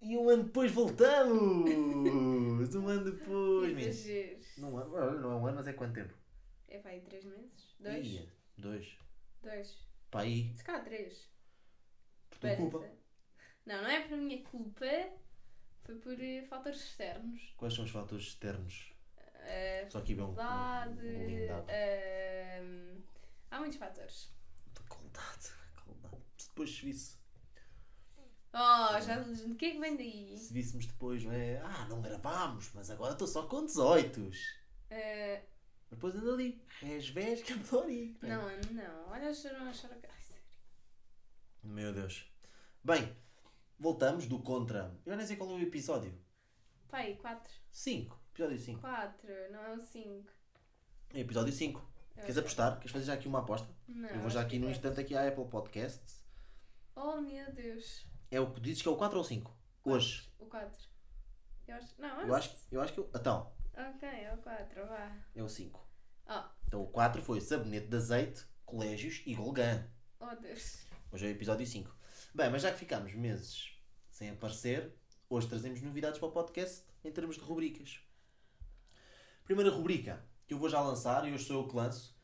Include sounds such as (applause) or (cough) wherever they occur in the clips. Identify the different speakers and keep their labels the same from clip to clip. Speaker 1: E um ano depois voltamos! um ano depois, meninos.
Speaker 2: Exageros.
Speaker 1: Num ano, olha, não é um ano, mas é quanto tempo?
Speaker 2: É pá, aí três meses? Dois?
Speaker 1: Ia, dois.
Speaker 2: Dois.
Speaker 1: Para aí,
Speaker 2: Se calhar três.
Speaker 1: por tua culpa.
Speaker 2: Parece. Não, não é por minha culpa. Foi por eh, fatores externos.
Speaker 1: Quais são os fatores externos?
Speaker 2: Eh,
Speaker 1: Só aqui vem um, um,
Speaker 2: faculdade.
Speaker 1: um bolinho de água.
Speaker 2: ehm, há muitos fatores.
Speaker 1: (laughs) Faculdade, faculdade. Se depois se visse,
Speaker 2: Oh, já o que é que vem daí?
Speaker 1: se víssemos depois, não é? Ah, não gravámos, mas agora estou só com 18.
Speaker 2: Eh,
Speaker 1: Depois anda ali, resvés, campori.
Speaker 2: não, não. Olha, choram a chorar. Ai, sério.
Speaker 1: Meu Deus. Bem, voltamos do contra. Eu nem sei qual é o episódio.
Speaker 2: Pai, quatro.
Speaker 1: 5. Episódio 5.
Speaker 2: Quatro, não é o cinco.
Speaker 1: É episódio 5.
Speaker 2: É o
Speaker 1: Queres
Speaker 2: cinco.
Speaker 1: apostar? Queres fazer já aqui uma aposta?
Speaker 2: Não.
Speaker 1: Eu vou já
Speaker 2: acho
Speaker 1: aqui
Speaker 2: que
Speaker 1: num
Speaker 2: é.
Speaker 1: instante aqui à Apple Podcasts.
Speaker 2: Oh, meu Deus.
Speaker 1: É o que dizes que é o 4 ou 5? Hoje.
Speaker 2: O 4. Eu acho... Não,
Speaker 1: Eu acho, eu acho que. eu- Então,
Speaker 2: Ok, é o 4, vá.
Speaker 1: é o 5.
Speaker 2: Ah.
Speaker 1: Então o 4 foi sabonete de azeite, colégios e Golgan.
Speaker 2: Oh, Deus.
Speaker 1: Hoje é o episódio 5. Bem, mas já que ficámos meses sem aparecer, hoje trazemos novidades para o podcast em termos de rubricas. Primeira rubrica que eu vou já lançar, e hoje sou eu que lanço,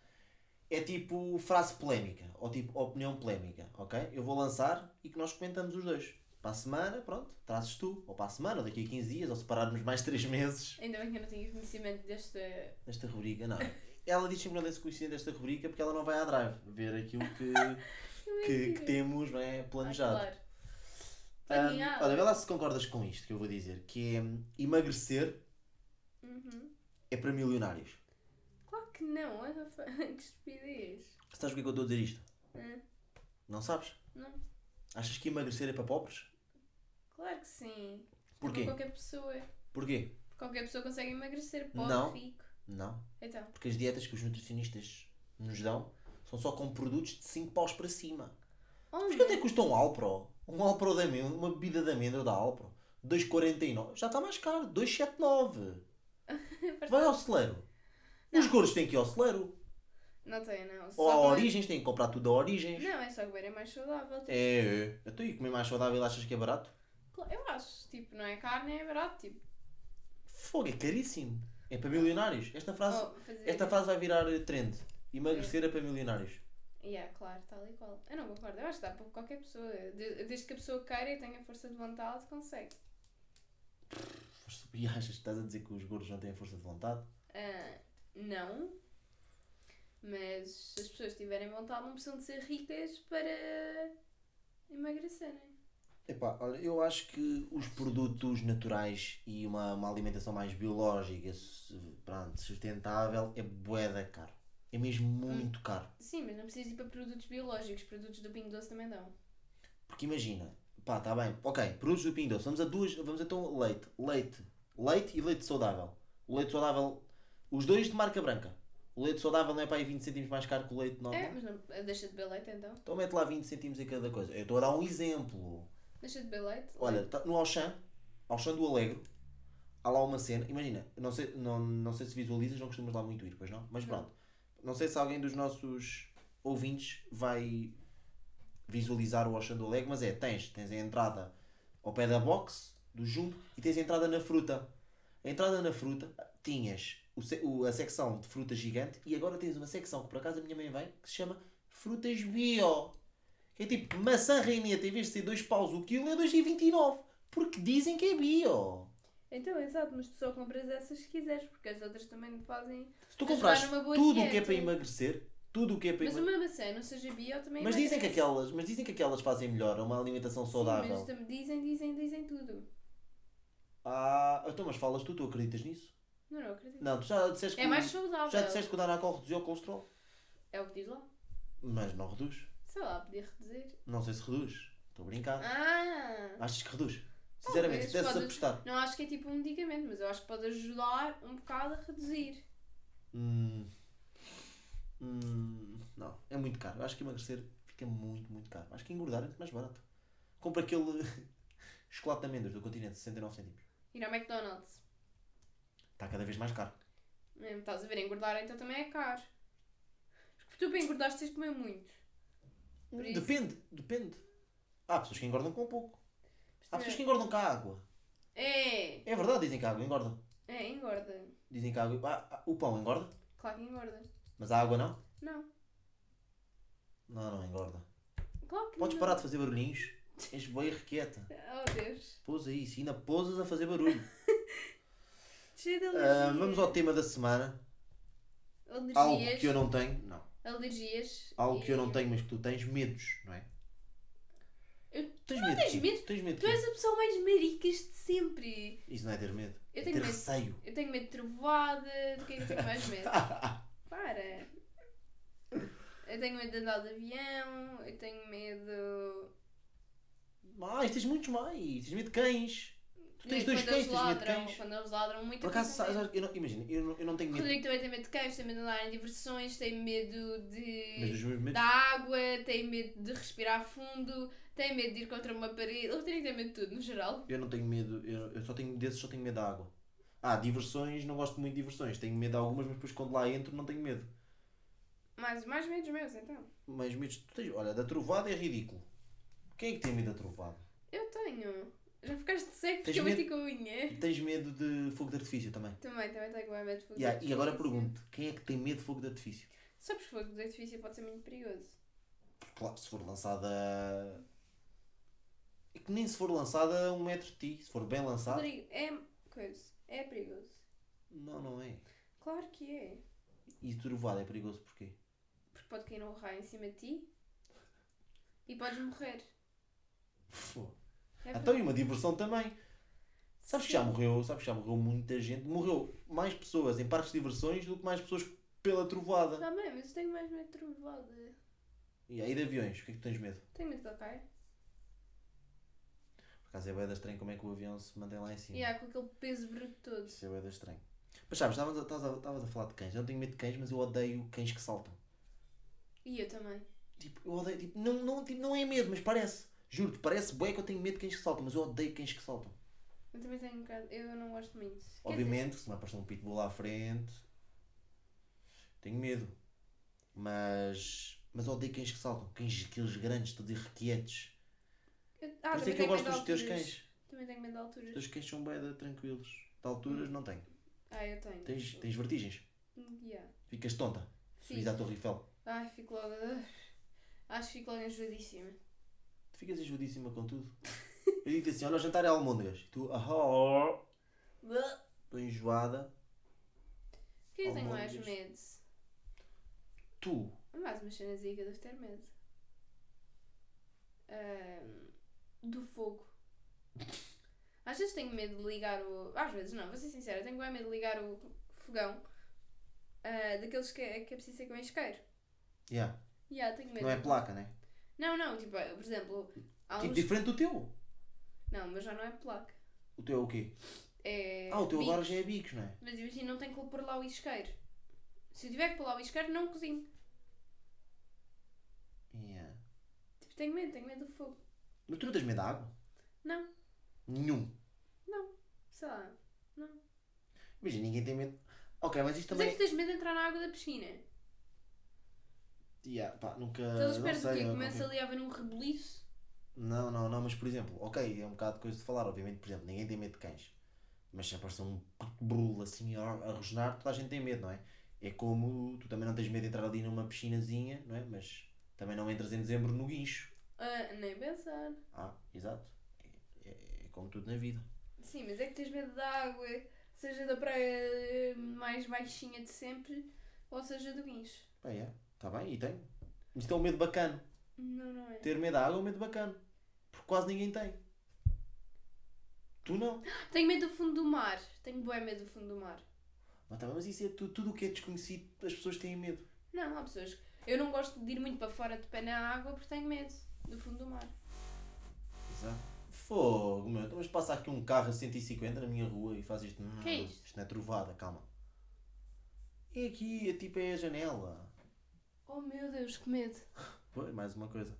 Speaker 1: é tipo frase polémica, ou tipo opinião polémica, ok? Eu vou lançar e que nós comentamos os dois. Para a semana, pronto, trazes tu, ou para a semana, ou daqui a 15 dias, ou se pararmos mais 3 meses.
Speaker 2: Ainda bem que eu não tinha conhecimento deste...
Speaker 1: Esta rubrica, não. Ela diz sempre que não tem conhecimento desta rubrica porque ela não vai à drive ver aquilo que, que, que temos não é, planejado.
Speaker 2: Ah, claro.
Speaker 1: Ah,
Speaker 2: Planeado.
Speaker 1: olha, vê lá se concordas com isto que eu vou dizer, que é hum, emagrecer
Speaker 2: Uhum.
Speaker 1: é para milionários.
Speaker 2: Claro que não, olha fa- (laughs) que estupidez.
Speaker 1: Sabes porquê que eu estou a dizer isto?
Speaker 2: Hã?
Speaker 1: Não sabes?
Speaker 2: Hum. Não.
Speaker 1: Achas que emagrecer é para pobres?
Speaker 2: Claro que sim. Tipo,
Speaker 1: Porquê?
Speaker 2: Qualquer pessoa.
Speaker 1: Porquê?
Speaker 2: Qualquer pessoa consegue emagrecer, pobre,
Speaker 1: Não.
Speaker 2: rico.
Speaker 1: Não.
Speaker 2: Então,
Speaker 1: Porque as dietas que os nutricionistas nos dão são só com produtos de 5 paus para cima. Mas
Speaker 2: onde?
Speaker 1: quanto é que custa um Alpro? Um Alpro de amêndoa, uma bebida de amêndoa da Alpro? 2,49. Já está mais caro. 2,79.
Speaker 2: (laughs)
Speaker 1: Vai ao celeiro. Os gordos têm que ir ao celeiro.
Speaker 2: Não tem, não. Só
Speaker 1: Ou à
Speaker 2: comer-
Speaker 1: Origens, têm que comprar tudo da Origens.
Speaker 2: Não, é só comer, é mais saudável. tipo.
Speaker 1: É, é. Então, e comer mais saudável achas que é barato?
Speaker 2: Cla- Eu acho, tipo, não é carne, é barato, tipo.
Speaker 1: Fogo, é caríssimo. É para milionários. Esta frase,
Speaker 2: oh, fazer...
Speaker 1: esta frase vai virar eh, trend. Emagrecer é para milionários.
Speaker 2: Yeah, claro, tal e qual. Eu não concordo, eu acho que dá para qualquer pessoa. De- Desde que a pessoa queira e tenha força de vontade, consegue.
Speaker 1: Força- E achas que estás a dizer que os gordos não têm força de vontade?
Speaker 2: Ah, não. Mas se as pessoas tiverem vontade, não precisam de ser ricas para emagrecerem.
Speaker 1: Epá, olha, eu acho que os produtos naturais e uma, uma alimentação mais biológica, su- pronto, sustentável, é boeda caro. É mesmo muito caro.
Speaker 2: Sim, mas não precisas ir para produtos biológicos, produtos do Pingo Doce também dão.
Speaker 1: Porque imagina, pá, tá bem, ok, produtos do Pingo Doce, vamos a duas, vamos então leite, leite, leite e leite saudável. O leite saudável, os dois de marca branca. O leite saudável não é para aí 20 cêntimos mais caro que o leite normal.
Speaker 2: É, mas não, deixa de beber leite então.
Speaker 1: Então mete lá 20 cêntimos em cada coisa. Eu estou a dar um exemplo.
Speaker 2: Deixa de beber leite.
Speaker 1: Olha,
Speaker 2: leite.
Speaker 1: tá- no Auchan, Auchan do Alegro, há lá uma cena, imagina, não sei, não, não sei se visualizas, não costumas lá muito ir, pois não? Mas
Speaker 2: Não.
Speaker 1: pronto, não sei se alguém dos nossos ouvintes vai visualizar o Auchan do Alegro, mas é, tens, tens a entrada ao pé da box, do jumbo, e tens a entrada na fruta. A entrada na fruta, tinhas o, se- o- a secção de fruta gigante e agora tens uma secção que por acaso a minha mãe vem, que se chama frutas bio. Que é tipo maçã reineta, em vez de ser 2 paus o quilo, é 2,29. Porque dizem que é bio.
Speaker 2: Então, exato, mas tu só compras essas se quiseres, porque as outras também fazem.
Speaker 1: Se tu
Speaker 2: Mas
Speaker 1: compraste
Speaker 2: vai numa boa
Speaker 1: tudo o que é
Speaker 2: dieta.
Speaker 1: para emagrecer, tudo o que é para
Speaker 2: Mas
Speaker 1: emagrecer.
Speaker 2: uma maçã, não seja bio, também é
Speaker 1: Mas dizem que
Speaker 2: emagrece.
Speaker 1: aquelas, mas dizem que aquelas fazem melhor, é uma alimentação saudável.
Speaker 2: Sim, mas tam- dizem, dizem, dizem tudo.
Speaker 1: Ah, então mas falas tu, tu acreditas nisso?
Speaker 2: Não, não acredito.
Speaker 1: Não, tu já disseste que
Speaker 2: é
Speaker 1: o-
Speaker 2: mais saudável.
Speaker 1: já disseste que o Danacol reduziu o colesterol,
Speaker 2: É o que diz lá.
Speaker 1: mas não reduz.
Speaker 2: Sei lá, podia reduzir.
Speaker 1: Não sei se reduz. Estou a brincar.
Speaker 2: Ah!
Speaker 1: Achas que reduz? Sinceramente,
Speaker 2: Talvez,
Speaker 1: se desses
Speaker 2: pode-
Speaker 1: apostar.
Speaker 2: Não acho que é tipo um medicamento, mas eu acho que pode ajudar um bocado a reduzir.
Speaker 1: Hum, hum, não, é muito caro. Eu acho que emagrecer fica muito, muito caro. Acho que engordar é muito mais barato. Compra aquele (laughs) chocolate de amêndoas do continente, 69 cêntimos.
Speaker 2: Ir ao McDonald's.
Speaker 1: Está cada vez mais caro.
Speaker 2: Mesmo, estás a ver, engordar então também é caro. Porque tu para engordar tens de comer muito. Por isso-
Speaker 1: Depende, depende. Há pessoas que engordam com pouco.
Speaker 2: Mas
Speaker 1: Há pessoas que engordam com a água.
Speaker 2: É,
Speaker 1: É verdade, dizem que a água engorda.
Speaker 2: é, engorda.
Speaker 1: Dizem que a água. ah, ah, o pão engorda,
Speaker 2: Claro que engorda.
Speaker 1: mas a água não?
Speaker 2: Não,
Speaker 1: Não, não engorda.
Speaker 2: claro que
Speaker 1: Podes
Speaker 2: não.
Speaker 1: parar de fazer barulhinhos. És bem
Speaker 2: (laughs)
Speaker 1: requeta.
Speaker 2: Oh Deus.
Speaker 1: Pousa isso, ainda pousas a fazer barulho.
Speaker 2: Cheio de
Speaker 1: Ah,
Speaker 2: alergias.
Speaker 1: vamos ao tema da semana.
Speaker 2: Alergias.
Speaker 1: Algo que eu não tenho. Não.
Speaker 2: Alergias.
Speaker 1: Algo que eu não
Speaker 2: e-
Speaker 1: tenho, mas que tu tens medos, não é?
Speaker 2: Eu-
Speaker 1: Tens medo.
Speaker 2: tens
Speaker 1: de quê?
Speaker 2: medo?
Speaker 1: Tens medo. de
Speaker 2: Tu
Speaker 1: quê?
Speaker 2: és a pessoa mais maricas de sempre.
Speaker 1: Isso não é ter medo.
Speaker 2: Eu
Speaker 1: é
Speaker 2: tenho
Speaker 1: ter
Speaker 2: medo.
Speaker 1: receio. (laughs)
Speaker 2: Eu tenho medo de trovoada. Do que é que eu tenho mais medo? Para. Eu tenho medo de andar de avião. Eu tenho medo.
Speaker 1: mais, tens muitos mais. Tens medo de cães. Tu tens
Speaker 2: de
Speaker 1: dois
Speaker 2: quando
Speaker 1: cães,
Speaker 2: eles
Speaker 1: tens medo de
Speaker 2: ladram.
Speaker 1: cães.
Speaker 2: Quando eles ladram muito.
Speaker 1: Por
Speaker 2: eu
Speaker 1: acaso,
Speaker 2: tenho
Speaker 1: sabes-
Speaker 2: medo.
Speaker 1: eu não, imagina, eu não, eu não tenho medo.
Speaker 2: Rodrigo também tem medo de cães, tem medo de andar em diversões, tem medo
Speaker 1: Mas os
Speaker 2: de.
Speaker 1: meus medos.
Speaker 2: da água, tem medo de respirar fundo, tem medo de ir contra uma parede. Ele tem medo de tudo, no geral.
Speaker 1: Eu não tenho medo. Eu, eu só tenho, desses só tenho medo da água. Ah, diversões, não gosto muito de diversões. Tenho medo de algumas, mas depois quando lá entro não tenho medo.
Speaker 2: Mas mais medos meus, então.
Speaker 1: Mas medos, tu tens. Olha, da trovada é ridículo. Quem é que tem medo da trovada?
Speaker 2: Eu tenho. Já ficaste seco
Speaker 1: Tens
Speaker 2: porque eu bati com a unha.
Speaker 1: Tens medo de fogo de artifício também.
Speaker 2: Também, também tenho bem medo de fogo
Speaker 1: Yeah,
Speaker 2: de
Speaker 1: e agora
Speaker 2: artifício.
Speaker 1: pergunto: quem é que tem medo de fogo de artifício?
Speaker 2: Só porque fogo de artifício pode ser muito perigoso.
Speaker 1: Claro, se for lançada. É que nem se for lançada a um metro de ti. Se for bem lançada.
Speaker 2: Rodrigo, é coisa. É perigoso.
Speaker 1: Não, não é.
Speaker 2: Claro que é.
Speaker 1: E trovada é perigoso porquê?
Speaker 2: Porque pode cair um raio em cima de ti e podes morrer.
Speaker 1: Pô.
Speaker 2: É
Speaker 1: Então e uma diversão também. Sabes que já morreu, sabes que já morreu muita gente. Morreu mais pessoas em parques de diversões do que mais pessoas pela trovada.
Speaker 2: Tá bem, mas eu tenho mais medo de trovada.
Speaker 1: E aí de aviões, o que é que tens medo?
Speaker 2: Tenho medo que ele caia.
Speaker 1: Por acaso é bem estranho como é que o avião se mantém lá em cima.
Speaker 2: E há com aquele peso bruto todo.
Speaker 1: Isso é bem estranho. Mas sabes, estavas a, estavas a- estavas a falar de cães. Eu não tenho medo de cães, mas eu odeio cães que saltam.
Speaker 2: E eu também.
Speaker 1: Tipo, eu odeio, tipo, não, não, tipo, não é medo, mas parece. Juro-te, parece bem que eu tenho medo de cães que saltam, mas eu odeio cães que saltam.
Speaker 2: Eu também tenho um bocado. Eu não gosto muito. Quer dizer,
Speaker 1: Obviamente, se me aparecer um pitbull à frente, tenho medo. Mas, mas odeio cães que saltam. Cães, aqueles grandes, todos irrequietos.
Speaker 2: eu-
Speaker 1: Por isso é
Speaker 2: ah, também
Speaker 1: que eu
Speaker 2: tenho
Speaker 1: gosto
Speaker 2: medo de
Speaker 1: dos teus
Speaker 2: alturas.
Speaker 1: cães.
Speaker 2: Também tenho medo de alturas.
Speaker 1: Os teus cães são bem tranquilos. De alturas não tenho.
Speaker 2: Ah, eu tenho.
Speaker 1: Tens, tens vertigens.
Speaker 2: Yeah.
Speaker 1: Ficas tonta. Subis
Speaker 2: Fico.
Speaker 1: à Torre Eiffel.
Speaker 2: Ai, fico logo. (laughs) Acho que fico logo enjoadíssima.
Speaker 1: Ficas enjoadíssima com tudo. (laughs) Eu digo-te assim, olha, o jantar é almôndegas. E tu, ah,
Speaker 2: Blah.
Speaker 1: estou enjoada.
Speaker 2: Por que eu
Speaker 1: Oh,
Speaker 2: tenho
Speaker 1: meu
Speaker 2: mais
Speaker 1: Deus.
Speaker 2: medo?
Speaker 1: Tu,
Speaker 2: Há mais umas cenas aí que eu devo ter medo. Ahm, do fogo. Às vezes tenho medo de ligar o. Às vezes não, vou ser sincera, tenho bem medo de ligar o fogão ah, daqueles que é, que é preciso ser com isqueiro.
Speaker 1: yeah.
Speaker 2: Yeah, tenho medo.
Speaker 1: não é placa, né?
Speaker 2: Não, não, tipo, por exemplo, há
Speaker 1: Tipo,
Speaker 2: uns.
Speaker 1: diferente do teu.
Speaker 2: Não, mas já não é placa.
Speaker 1: O teu é o quê?
Speaker 2: É.
Speaker 1: Ah, o teu agora
Speaker 2: bicos.
Speaker 1: já é bicos, não é?
Speaker 2: Mas imagina, não tenho que pôr lá o isqueiro. Se eu tiver que pôr lá o isqueiro, não cozinho.
Speaker 1: Yeah.
Speaker 2: Tipo, tenho medo, tenho medo do fogo.
Speaker 1: Mas tu não tens medo da água?
Speaker 2: Não,
Speaker 1: Nenhum.
Speaker 2: sei lá. Não.
Speaker 1: Imagina, ninguém tem medo. Ok, mas isto
Speaker 2: Também... Mas é
Speaker 1: também.
Speaker 2: que tens medo de entrar na água da piscina.
Speaker 1: Yeah, pá, nunca.
Speaker 2: Então eles
Speaker 1: Ah, não, é
Speaker 2: esperam
Speaker 1: sei,
Speaker 2: que
Speaker 1: eu
Speaker 2: comece
Speaker 1: confio.
Speaker 2: ali a haver um rebuliço.
Speaker 1: não, não, não, mas por exemplo, ok, é um bocado de coisa de falar, obviamente, por exemplo, ninguém tem medo de cães. Mas se aparecer um brulo assim a, a rosnar, toda a gente tem medo, não é? É como tu também não tens medo de entrar ali numa piscinazinha, não é? Mas também não entras em dezembro no guincho.
Speaker 2: Ah, nem pensar.
Speaker 1: Ah, exato. É, é- é como tudo na vida.
Speaker 2: Sim, mas é que tens medo da água, seja da praia eh, mais baixinha de sempre, ou seja do guincho.
Speaker 1: Pá, é, tá bem, e tenho. Isto é um medo bacana.
Speaker 2: Não, não é?
Speaker 1: Ter medo da água é um medo bacana. Porque quase ninguém tem. Tu não.
Speaker 2: Tenho medo do fundo do mar. Tenho bué medo do fundo do mar.
Speaker 1: Mas, tá bem, mas isso é tu- tudo o que é desconhecido, as pessoas têm medo.
Speaker 2: Não, há pessoas que... Eu não gosto de ir muito para fora de pé na água porque tenho medo do fundo do mar.
Speaker 1: Exato. Fogo, meu. Então, Mas passa aqui um carro a 150 na minha rua e faz isto. Hum,
Speaker 2: Que é isto?
Speaker 1: Isto não é trovada, calma. É aqui, é tipo é a janela.
Speaker 2: Oh meu Deus, que medo.
Speaker 1: Pois, mais uma coisa.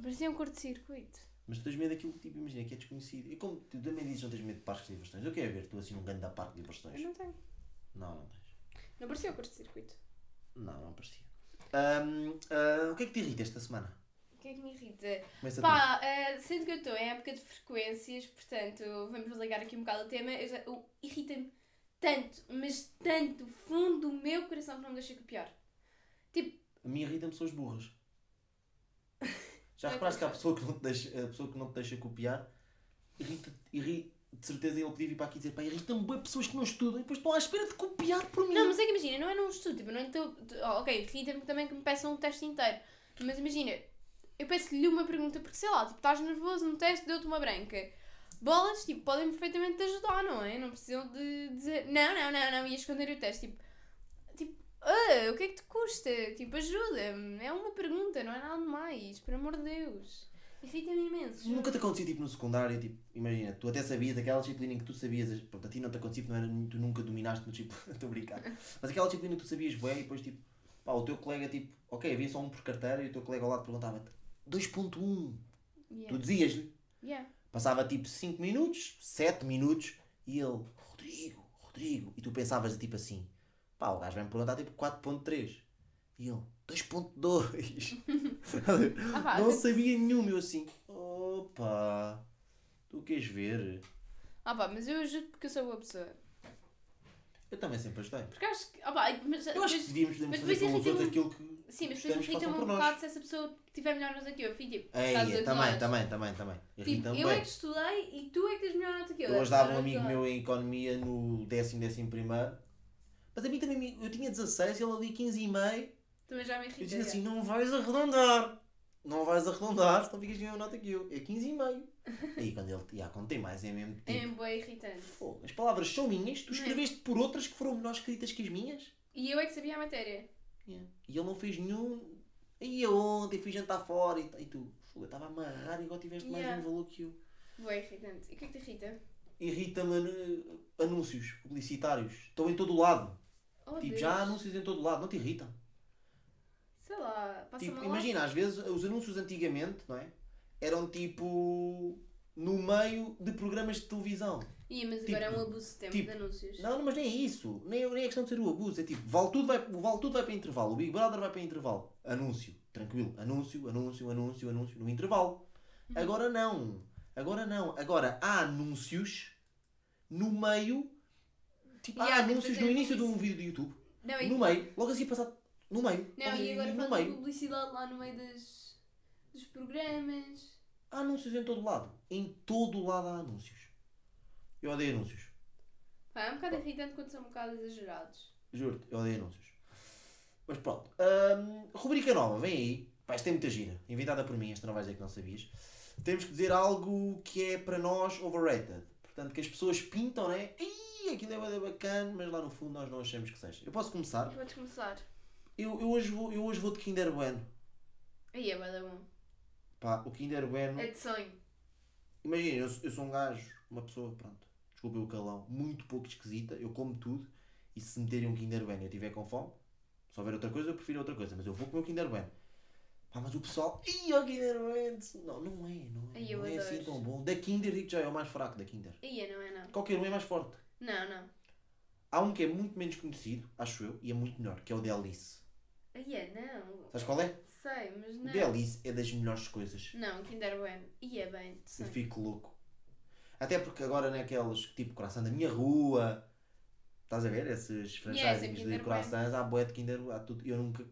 Speaker 2: Parecia um curto-circuito.
Speaker 1: Mas tu tens medo daquilo que, tipo, imagina, que é desconhecido. E como tu também dizes que não tens medo de parques de diversões, eu quero ver tu assim num grande parque de
Speaker 2: Eu
Speaker 1: diversões.
Speaker 2: não tenho.
Speaker 1: Não, não tens.
Speaker 2: Não parecia um curto-circuito.
Speaker 1: Não, não parecia. Ahm, ah, o que é que te irrita esta semana?
Speaker 2: que é que me irrita?
Speaker 1: Começa tu.
Speaker 2: Pá, eh, sendo que eu estou em época de frequências, portanto, vamos ligar aqui um bocado o tema. Eu já- eu- Irrita-me tanto, mas tanto, do fundo do meu coração, que não me deixa copiar.
Speaker 1: A mim irritam pessoas burras. Já
Speaker 2: Não é
Speaker 1: reparaste que a
Speaker 2: capaz.
Speaker 1: pessoa que não te deixa, a pessoa que não te deixa copiar irrita, irri, de certeza ele podia vir para aqui dizer pá, irritam-me bem pessoas que não estudam e depois estão à espera de copiar por mim.
Speaker 2: Não, mas é que imagina, não é num estudo, tipo, não é teu... oh, ok, irrita-me também que me peçam um teste inteiro. Mas imagina, eu peço-lhe uma pergunta porque sei lá, tipo, estás nervoso num teste, deu-te uma branca. Bolas, tipo, podem perfeitamente te ajudar, não é? Não precisam de dizer não, não, não, não, e esconder o teste. Tipo, tipo ah, o que é que te custa? Tipo, ajuda-me. É uma pergunta, não é nada mais, por amor de Deus. Irrita-me imenso.
Speaker 1: Nunca te acontecia tipo no secundário, tipo, imagina, tu até sabias aquela disciplina em que tu sabias, as- pronto, a ti não te acontecia, porque não era, tu nunca dominaste, mas tipo, (laughs) estou a brincar. Mas aquela disciplina que tu sabias bem e depois tipo, pá, o teu colega tipo, ok, havia só um por carteira e o teu colega ao lado perguntava-te 2.1, tu
Speaker 2: Yeah.
Speaker 1: dizias-lhe,
Speaker 2: Yeah.
Speaker 1: Passava tipo 5 minutos, 7 minutos e ele, Rodrigo, Rodrigo. E tu pensavas tipo assim, pá, o gajo vai me perguntar tipo 4.3. E ele, 2.2.
Speaker 2: Ah, pá,
Speaker 1: não sabia nenhum, eu assim, opa, tu queres ver?
Speaker 2: ah, pá, mas eu ajudo porque eu sou boa pessoa.
Speaker 1: Eu também sempre ajudei.
Speaker 2: Porque acho que. Ah, pá, mas,
Speaker 1: Eu acho
Speaker 2: mas-
Speaker 1: que devíamos podemos fazer
Speaker 2: mas depois
Speaker 1: pelos outros
Speaker 2: irrita-me-
Speaker 1: aquilo que
Speaker 2: Sim,
Speaker 1: gostamos
Speaker 2: mas depois
Speaker 1: que façam
Speaker 2: irrita-me um
Speaker 1: por
Speaker 2: bocado
Speaker 1: nós.
Speaker 2: se essa pessoa tiver melhor nota que eu. Fui tipo,
Speaker 1: Ei,
Speaker 2: estás a
Speaker 1: também,
Speaker 2: gozar.
Speaker 1: também, também, também, também.
Speaker 2: Tipo,
Speaker 1: Irrita-me
Speaker 2: eu é
Speaker 1: então, bem.
Speaker 2: que estudei e tu é que tens melhor nota que eu.
Speaker 1: Eu
Speaker 2: É,
Speaker 1: ajudava
Speaker 2: estás
Speaker 1: um
Speaker 2: a
Speaker 1: amigo
Speaker 2: gozar.
Speaker 1: meu em economia no décimo, décimo primeiro. Mas a mim também, me- eu tinha 16, ele ali 15 e meio.
Speaker 2: Também já me
Speaker 1: Eu
Speaker 2: irrita.
Speaker 1: dizia assim, não vais arredondar. Não vais arredondar, senão ficas com a mesma nota que eu. É 15,5. Aí quando ele, já, quando tem mais, é mesmo
Speaker 2: é
Speaker 1: tipo,
Speaker 2: mesmo bem irritante.
Speaker 1: "Pô, as palavras são minhas, tu
Speaker 2: Não é?
Speaker 1: escreveste por outras que foram melhor escritas que as minhas.
Speaker 2: E eu é que sabia a matéria.
Speaker 1: Yeah. E ele não fez nenhum. Aí eu ontem fui jantar fora e, e tu, "Fogo, eu estava a amarrar e agora tiveste mais
Speaker 2: Yeah.
Speaker 1: um valor que eu.
Speaker 2: Bem irritante. E o que é que te irrita?
Speaker 1: Irrita-me anu- anúncios publicitários. Estão em todo o lado.
Speaker 2: Oh,
Speaker 1: tipo,
Speaker 2: Deus.
Speaker 1: já há anúncios em todo o lado, não te irritam.
Speaker 2: Sei lá, passa
Speaker 1: Tipo,
Speaker 2: mal.
Speaker 1: imagina, às vezes os anúncios antigamente, não é? Eram tipo no meio de programas de televisão.
Speaker 2: Ih, mas
Speaker 1: tipo,
Speaker 2: agora é um abuso de tempo
Speaker 1: tipo,
Speaker 2: de anúncios.
Speaker 1: Não, não, mas nem é isso. Nem, nem é questão de ser o abuso. É tipo, vale tudo, vai, o vale tudo vai para intervalo. O Big Brother vai para intervalo. Anúncio. Tranquilo. Anúncio, anúncio, anúncio, anúncio. No intervalo.
Speaker 2: Uhum.
Speaker 1: Agora não. Agora não. Agora há anúncios no meio. Tipo, há
Speaker 2: Yeah,
Speaker 1: anúncios
Speaker 2: depois
Speaker 1: no
Speaker 2: é
Speaker 1: início de
Speaker 2: isso.
Speaker 1: um vídeo do YouTube.
Speaker 2: Não, e,
Speaker 1: No meio. Logo assim passado. No meio.
Speaker 2: não,
Speaker 1: logo
Speaker 2: e agora
Speaker 1: no
Speaker 2: fazem
Speaker 1: meio.
Speaker 2: publicidade lá no meio das, dos programas.
Speaker 1: Há anúncios em todo lado. Em todo lado há anúncios. Eu odeio anúncios.
Speaker 2: Pá, é um bocado irritante quando são um bocado exagerados.
Speaker 1: Juro-te, eu odeio anúncios. Mas pronto. hum, rubrica nova, vem aí. Pá, isto tem muita gira. Inventada por mim, esta não vais dizer que não sabias. Temos que dizer algo que é para nós overrated. Portanto, que as pessoas pintam, né? Ih, aquilo é bué da bacana, mas lá no fundo nós não achamos que seja. Eu posso começar?
Speaker 2: Podes começar.
Speaker 1: Eu, eu hoje, vou, eu hoje vou de Kinder Bueno.
Speaker 2: Aí é bada bom.
Speaker 1: Pá, o Kinder Bueno...
Speaker 2: É de sonho.
Speaker 1: Imagina, eu, sou- eu sou um gajo, uma pessoa, pronto, desculpem o calão, muito pouco esquisita, eu como tudo e se meterem um Kinder Bueno e eu tiver com fome, se houver outra coisa, eu prefiro outra coisa, mas eu vou comer o Kinder Bueno. Pá, mas o pessoal, ih, o Kinder Bueno, não, não é, não é,
Speaker 2: Ai, eu
Speaker 1: não é
Speaker 2: adoro.
Speaker 1: assim tão bom. Da Kinder, digo já, é o mais fraco da Kinder.
Speaker 2: Aí é, não é não.
Speaker 1: Qualquer um é mais forte.
Speaker 2: Não, não.
Speaker 1: Há um que é muito menos conhecido, acho eu, e é muito melhor, que é o de Alice.
Speaker 2: Aí é, não.
Speaker 1: Sabes qual é?
Speaker 2: Sei, mas
Speaker 1: O
Speaker 2: não.
Speaker 1: de Alice é das melhores coisas.
Speaker 2: Não, Kinder Bueno. E é bem, de
Speaker 1: Eu
Speaker 2: sonho.
Speaker 1: fico louco. Até porque agora naquelas que tipo coração da minha rua. Estás a ver? Esses
Speaker 2: Yeah,
Speaker 1: franchises
Speaker 2: sempre
Speaker 1: de
Speaker 2: Kinder
Speaker 1: corações, há boé de Kinder, há tudo. Eu nunca,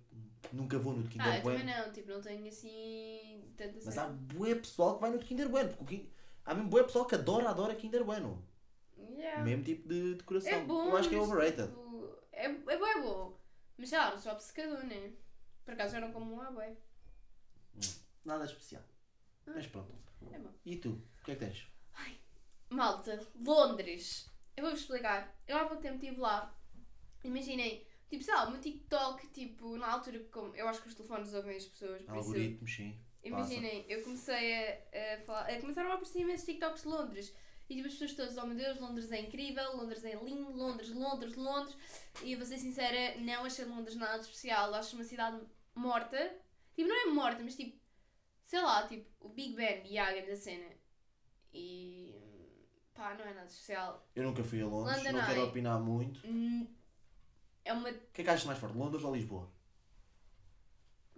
Speaker 1: nunca vou no de Kinder
Speaker 2: Ah, eu também
Speaker 1: Bueno.
Speaker 2: não, tipo, não tenho assim tanta
Speaker 1: Mas há
Speaker 2: cena.
Speaker 1: boé pessoal que vai no de Kinder Bueno. Porque o Kin- há mesmo boé pessoal que adora, adora Kinder Bueno.
Speaker 2: Yeah.
Speaker 1: Mesmo tipo de decoração.
Speaker 2: É bom,
Speaker 1: eu acho que é
Speaker 2: mas,
Speaker 1: overrated.
Speaker 2: Tipo, é, é bom, é bom. Mas sei lá, não sou obcecador, né? Por acaso eu não como um abói.
Speaker 1: Nada especial. Mas pronto.
Speaker 2: É bom.
Speaker 1: E tu? O que é que tens?
Speaker 2: Malta, Londres. Eu vou-vos explicar. Eu há pouco tempo estive lá. Imaginem, tipo, sei lá, o meu TikTok, tipo, na altura que como, eu acho que os telefones ouvem as pessoas, por isso
Speaker 1: Algoritmos, sim.
Speaker 2: Imaginem, eu comecei a, a falar. a- começaram a aparecer imensos TikToks de Londres. E tipo, as pessoas todas, oh meu Deus, Londres é incrível, Londres é lindo, Londres, Londres, Londres. E eu vou ser sincera, não achei Londres nada de especial. Acho uma cidade morta. Tipo, não é morta, mas tipo, sei lá, tipo, o Big Ben e a grande cena. E. pá, não é nada de especial.
Speaker 1: Eu nunca fui a Londres,
Speaker 2: London
Speaker 1: não quero
Speaker 2: Eye.
Speaker 1: opinar muito.
Speaker 2: Hum, É uma.
Speaker 1: O que é que achas mais forte? Londres ou Lisboa?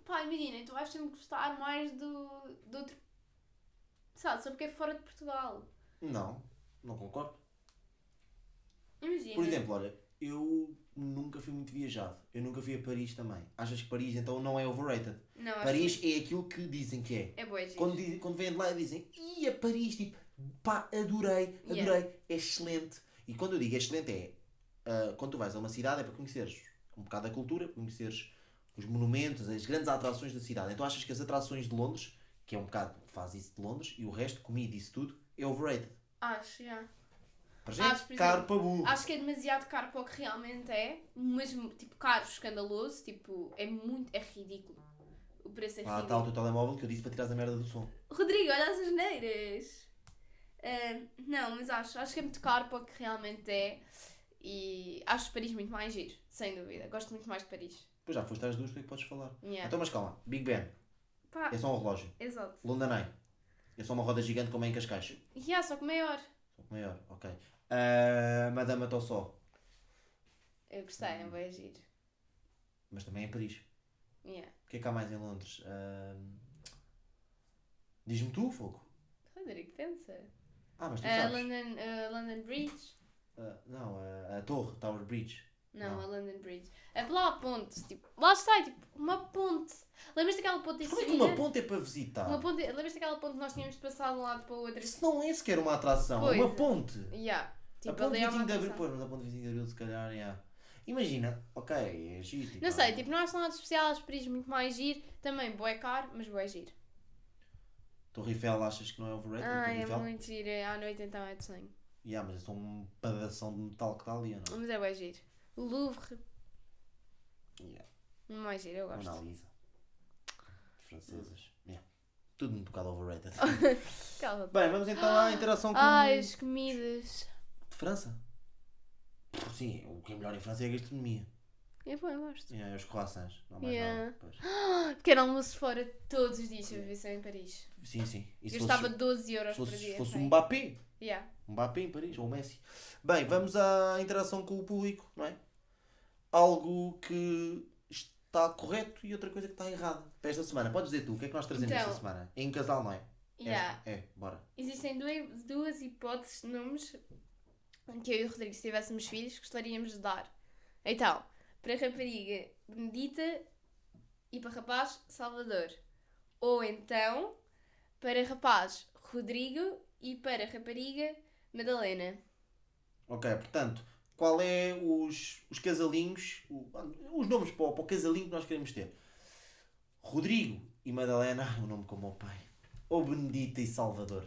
Speaker 2: Pá, imagina, tu vais sempre gostar mais do, do outro. Sabe, só porque é fora de Portugal.
Speaker 1: Não, não concordo.
Speaker 2: Imagina.
Speaker 1: Por exemplo, olha, eu nunca fui muito viajado. Eu nunca fui a Paris também. Achas que Paris então não é overrated?
Speaker 2: não, acho
Speaker 1: Paris é aquilo que dizem que é.
Speaker 2: que é boa, gente.
Speaker 1: Quando, diz- quando vêm de lá e dizem, ia a Paris, tipo, pá, adorei, adorei,
Speaker 2: Yeah.
Speaker 1: é excelente. E quando eu digo excelente é, ah, quando tu vais a uma cidade é para conheceres um bocado a cultura, conheceres os monumentos, as grandes atrações da cidade. Então achas que as atrações de Londres, que é um bocado, faz isso de Londres, e o resto, comida, isso tudo, é overrated.
Speaker 2: Acho, já.
Speaker 1: Para
Speaker 2: Acho,
Speaker 1: gente,
Speaker 2: Ah, por exemplo,
Speaker 1: caro para burro.
Speaker 2: Acho que é demasiado caro para o que realmente é, mas tipo caro, escandaloso, tipo, é muito, é ridículo. O preço é
Speaker 1: Lá está Ah, tá o
Speaker 2: ridículo.
Speaker 1: teu telemóvel que eu disse para tirar a merda do som.
Speaker 2: Rodrigo, olha as asneiras. Ah, não, mas acho, acho que é muito caro para o que realmente é e acho Paris muito mais giro, sem dúvida. Gosto muito mais de Paris.
Speaker 1: Pois já foste às duas, tu é que podes falar.
Speaker 2: Yeah.
Speaker 1: Então, mas calma, Big Ben,
Speaker 2: Pá,
Speaker 1: é só um relógio.
Speaker 2: exato.
Speaker 1: London Eye, é só uma roda gigante como é em Cascais.
Speaker 2: Yeah, só que maior.
Speaker 1: Só que Maior, ok. Ah, Madame estou só,
Speaker 2: Eu gostei, é bem giro.
Speaker 1: mas também é em Paris.
Speaker 2: Yeah.
Speaker 1: O que é que há mais em Londres? Ah, Diz-me tu, Fogo.
Speaker 2: Rodrigo, pensa.
Speaker 1: Ah, mas tu
Speaker 2: Ah,
Speaker 1: sabes.
Speaker 2: London, ah, London Bridge.
Speaker 1: Ah, não, ah, a torre, Tower Bridge.
Speaker 2: Não,
Speaker 1: Não.
Speaker 2: a London Bridge. É lá a ponte, tipo, lá está, é tipo, uma ponte. Lembras daquela ponte em
Speaker 1: Como é que
Speaker 2: Sevilha?
Speaker 1: uma ponte é para visitar?
Speaker 2: Uma ponte- Lembras daquela ponte que nós tínhamos passado de um lado para o outro?
Speaker 1: Isso não é sequer uma atração, é uma
Speaker 2: Pois.
Speaker 1: ponte.
Speaker 2: Yeah.
Speaker 1: a
Speaker 2: Tipo,
Speaker 1: ponte
Speaker 2: ali é
Speaker 1: 25
Speaker 2: uma
Speaker 1: de Abril,
Speaker 2: atração.
Speaker 1: pois, mas a ponte 25 de Abril, se calhar, yeah. Imagina, ok, é giro. tipo,
Speaker 2: Não sei,
Speaker 1: ah,
Speaker 2: tipo, não acho nada especial, acho Paris muito mais giro. Também, boé caro, mas boé giro.
Speaker 1: Torre Eiffel, achas que não é overrated? a
Speaker 2: Ah,
Speaker 1: Torre
Speaker 2: é
Speaker 1: Eiffel?
Speaker 2: muito giro. é À noite então é de sonho.
Speaker 1: Yeah, mas é só um pedação de metal que está ali, ou não?
Speaker 2: Mas é boé giro. O Louvre,
Speaker 1: Yeah.
Speaker 2: mais giro, eu
Speaker 1: Mona
Speaker 2: gosto.
Speaker 1: Lisa. Francesas. Yeah. Tudo um bocado overrated. (laughs)
Speaker 2: Cala.
Speaker 1: Bem, vamos então à interação com
Speaker 2: Ai, as comidas.
Speaker 1: de França. Sim, o que é melhor em França é a gastronomia.
Speaker 2: É bom, eu gosto.
Speaker 1: Yeah, os croissants, não há mais
Speaker 2: Yeah.
Speaker 1: nada. Pois.
Speaker 2: Ah, Pequeno almoço fora todos os dias, eu vivi em Paris.
Speaker 1: Sim, sim. E se
Speaker 2: Gastava
Speaker 1: fosse,
Speaker 2: 12
Speaker 1: se
Speaker 2: euros por
Speaker 1: fosse,
Speaker 2: dia.
Speaker 1: se fosse
Speaker 2: pai.
Speaker 1: um Mbappé,
Speaker 2: Yeah.
Speaker 1: um Mbappé em Paris, ou o Messi. Bem, vamos à interação com o público, não é? Algo que está correto e outra coisa que está errada. Para esta semana, podes dizer tu, o que é que nós trazemos
Speaker 2: Então.
Speaker 1: esta semana? Em casal, não é?
Speaker 2: Yeah.
Speaker 1: É, é, bora.
Speaker 2: Existem duas, duas hipóteses de nomes que eu e o Rodrigo, se tivéssemos filhos, gostaríamos de dar. Então, para rapariga, Benedita e para rapaz, Salvador. Ou então, para rapaz, Rodrigo e para rapariga, Madalena.
Speaker 1: Ok, portanto, qual é os, os casalinhos, o- os nomes para o, para o casalinho que nós queremos ter? Rodrigo e Madalena, (laughs) o nome como o pai. Ou Benedita e Salvador.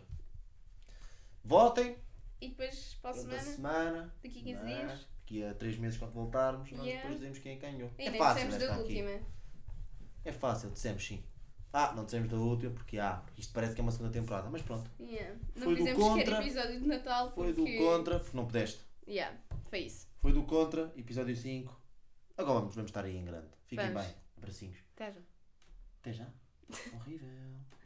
Speaker 1: Votem
Speaker 2: E depois, para a
Speaker 1: da
Speaker 2: semana,
Speaker 1: semana.
Speaker 2: daqui a 15
Speaker 1: né?
Speaker 2: dias.
Speaker 1: Daqui a 3 meses quando voltarmos, nós
Speaker 2: Yeah.
Speaker 1: depois dizemos quem ganhou. É
Speaker 2: Ainda
Speaker 1: fácil
Speaker 2: dissemos
Speaker 1: esta
Speaker 2: da
Speaker 1: aqui.
Speaker 2: última.
Speaker 1: É fácil, dissemos sim. Ah, não dissemos da última porque ah, isto parece que é uma segunda temporada, mas pronto.
Speaker 2: Yeah. Não
Speaker 1: Foi do
Speaker 2: fizemos
Speaker 1: contra.
Speaker 2: sequer episódio de Natal
Speaker 1: Foi do
Speaker 2: porque...
Speaker 1: contra, não pudeste.
Speaker 2: Yeah, foi isso.
Speaker 1: Foi do Contra, episódio 5. Agora vamos, vamos estar aí em grande. Fiquem
Speaker 2: Vamos. (laughs)
Speaker 1: bem. Abracinhos.
Speaker 2: Até já.
Speaker 1: Até já. Horrível.